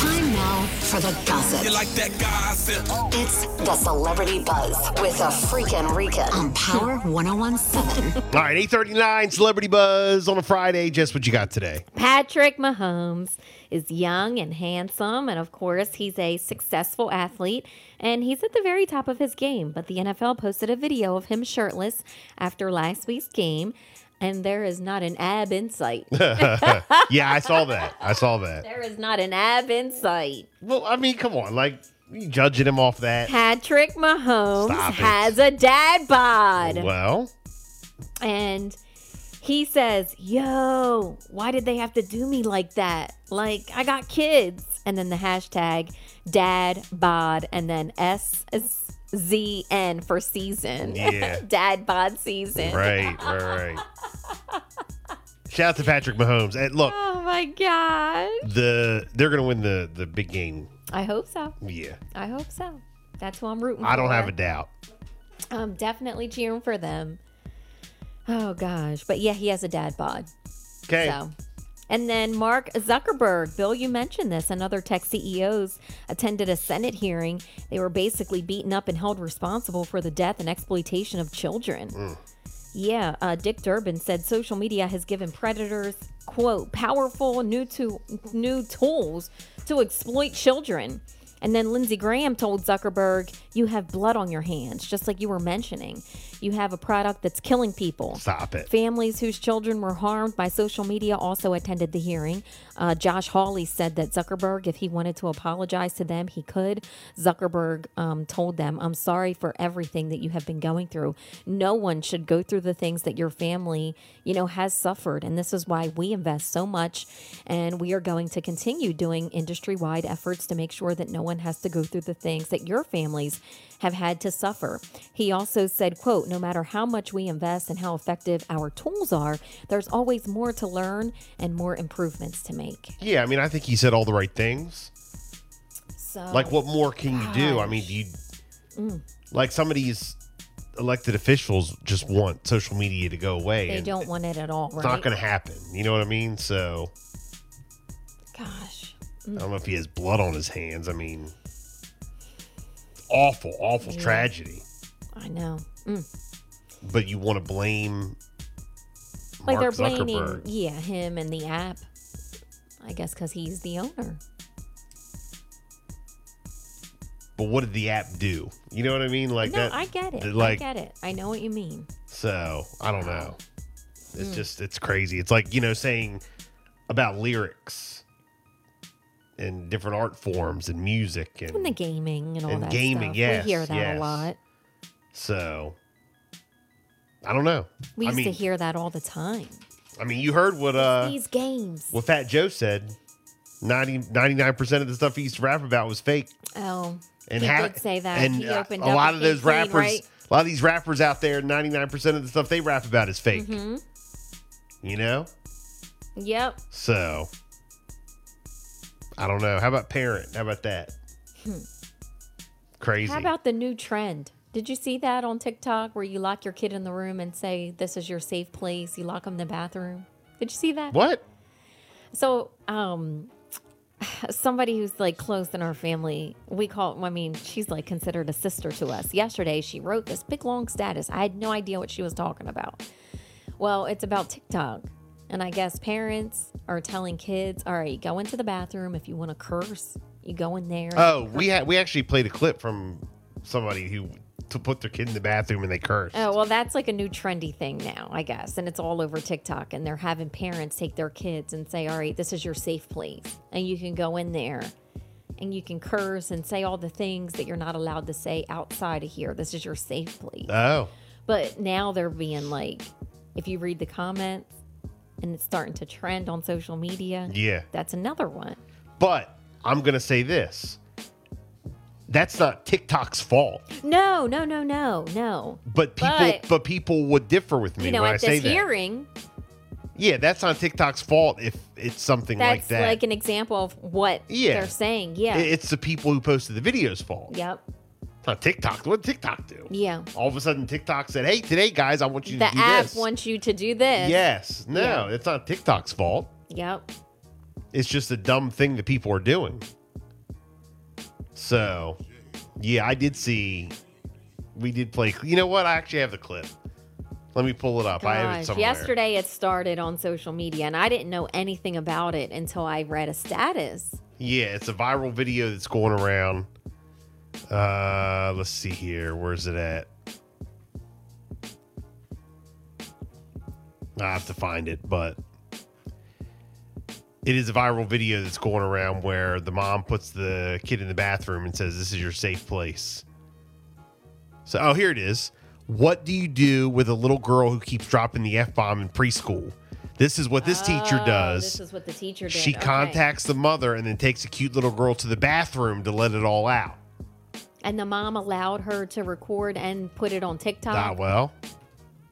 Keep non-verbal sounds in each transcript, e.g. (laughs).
Time now for the gossip. You like that gossip? It's the Celebrity Buzz with a freaking Rika on Power 1017. All right, 839 Celebrity Buzz on a Friday. Just what you got today. Patrick Mahomes is young and handsome, and of course, he's a successful athlete, and he's at the very top of his game. But the NFL posted a video of him shirtless after last week's game, and there is not an ab in sight. (laughs) Yeah, I saw that. I saw that. there is not an ab in sight. Well, I mean, come on. Like, you judging him off that. Patrick Mahomes Stop it. has a dad bod. Well, and he says, Yo, why did they have to do me like that? Like, I got kids. And then the hashtag dad bod and then S Z N for season. Yeah. (laughs) dad bod season. right, right, right. Shout out to Patrick Mahomes. And look, Oh my God. the they're going to win the, the big game. I hope so. Yeah, I hope so. That's who I'm rooting for. I don't have a doubt. I'm definitely cheering for them. Oh gosh. But yeah, he has a dad bod. Okay. So, and then Mark Zuckerberg, Bill, you mentioned this, and other tech CEOs attended a Senate hearing. They were basically beaten up and held responsible for the death and exploitation of children. Yeah, uh, Dick Durbin said social media has given predators quote powerful new to new tools to exploit children. And then Lindsey Graham told Zuckerberg, "You have blood on your hands, just like you were mentioning. You have a product that's killing people." Stop it. Families whose children were harmed by social media also attended the hearing. Uh, Josh Hawley said that Zuckerberg, if he wanted to apologize to them, he could. Zuckerberg um, told them, I'm sorry for everything that you have been going through. No one should go through the things that your family, you know, has suffered. And this is why we invest so much. And we are going to continue doing industry wide efforts to make sure that no one has to go through the things that your families have had to suffer. He also said, quote, no matter how much we invest and how effective our tools are, there's always more to learn and more improvements to make. Yeah, I mean, I think he said all the right things. So Like, what more can you do? I mean, do you Mm. like some of these elected officials just want social media to go away? they and don't want it at all, right? It's not going to happen. You know what I mean? So Gosh. I don't know if he has blood on his hands. I mean, awful, awful tragedy. I know. Mm. But you want to blame Like Mark they're blaming Zuckerberg? yeah, him and the app. I guess cuz he's the owner. But what did the app do? You know what I mean? Like no, that. I get it. that, Like I get it. I know what you mean. so, I don't know. Mm. It's just it's crazy. It's like you know saying about lyrics and different art forms and music and And the gaming and all And that gaming, stuff. yes, we hear that yes. a lot. so. I don't know. We I used mean, to hear that all the time. I mean, you heard what uh These games. what Fat Joe said 90, 99% of the stuff he used to rap about was fake. Oh, And he how- did say that. And he uh, opened a up lot of those campaign, rappers, right? a lot of these rappers out there, 99% of the stuff they rap about is fake. Mm-hmm. You know? Yep. So, I don't know. How about parent? How about that? Crazy. Hmm. How about the new trend? Did you see that on TikTok where you lock your kid in the room and say this is your safe place? You lock them in the bathroom. Did you see that? what? So, um, (sighs) somebody who's like close in our family, we call, I mean, she's like considered a sister to us. Yesterday, she wrote this big long status. I had no idea what she was talking about. Well, it's about TikTok. And I guess parents are telling kids, all right, go into the bathroom. If you want to curse, you go in there. Oh, we had we actually played a clip from somebody who to put their kid in the bathroom and they cursed. Oh, well, that's like a new trendy thing now, I guess. And it's all over TikTok. And they're having parents take their kids and say, all right, this is your safe place. And you can go in there and you can curse and say all the things that you're not allowed to say outside of here. This is your safe place. Oh. But now they're being like, if you read the comments and it's starting to trend on social media, Yeah. that's another one. But I'm going to say this. That's not TikTok's fault, No, no, no, no, no. but people, but, But- people would differ with me You know, when I at say this that. hearing, Yeah, that's not TikTok's fault if it's something that's like that. like an example of what Yeah. they're saying. Yeah. It- It's the people who posted the video's fault. yep. It's not TikTok. What did TikTok do? Yeah. All of a sudden, TikTok said, "Hey, today, guys, I want you The to do app this." wants you to do this. yes. No, it's not TikTok's fault. Yep. It's just a dumb thing that people are doing. So, yeah, I did see. We did play. You know what? I actually have the clip. Let me pull it up. I have it Gosh, somewhere. yesterday it started on social media and I didn't know anything about it until I read a status. Yeah, it's a viral video that's going around. Uh, let's see here. Where's it at? I have to find it, but it is a viral video that's going around where the mom puts the kid in the bathroom and says, "This is your safe place." So, oh, here it is. What do you do with a little girl who keeps dropping the f bomb in preschool? This is what this teacher Oh, does. This is what the teacher did. She Okay. contacts the mother and then takes a cute little girl to the bathroom to let it all out. And the mom allowed her to record and put it on TikTok. Ah, well.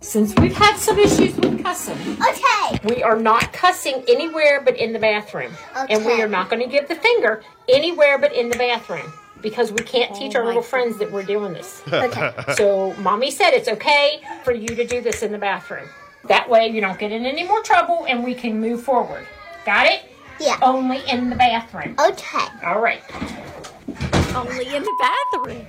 Since we've had some issues with cussing. Okay. We are not cussing anywhere but in the bathroom. And we are not going to give the finger anywhere but in the bathroom because we can't teach our little friends that we're doing this. Okay. (laughs) so, mommy said it's okay for you to do this in the bathroom. That way, you don't get in any more trouble and we can move forward. Got it? Yeah. Only in the bathroom. Okay. All right. Only in the bathroom.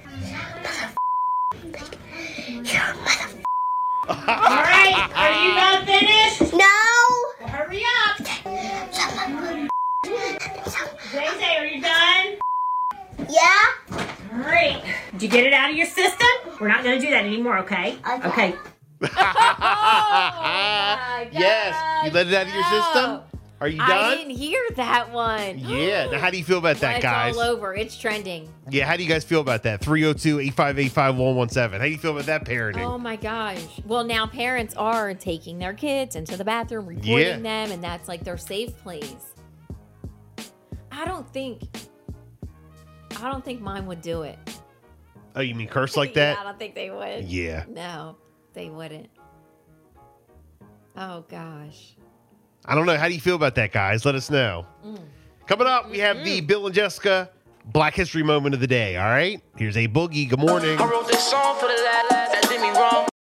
All right. Are you not finished? No. Hurry up. Zay, are you done? Yeah. Great. Did you get it out of your system? We're not going to do that anymore, okay? Okay. Oh, (laughs) yes. You let it out of your system? Are you I done? didn't hear that one. Yeah. Now, how do you feel about that, it's guys? all over. It's trending. Yeah, how do you guys feel about that? 302 858 5117. How do you feel about that parenting? Oh my gosh. Well, now parents are taking their kids into the bathroom, recording Yeah. them, and that's like their safe place. I don't think. I don't think mine would do it. oh, you mean curse like Yeah, I that? don't think they would. Yeah. No, they wouldn't. Oh gosh. I don't know. How do you feel about that, guys? Let us know. Mm. Coming up, we have Mm-hmm. the Bill and Jessica Black History Moment of the Day. All right. Here's a boogie. Good morning. I wrote this song for the lad, lad that did me wrong.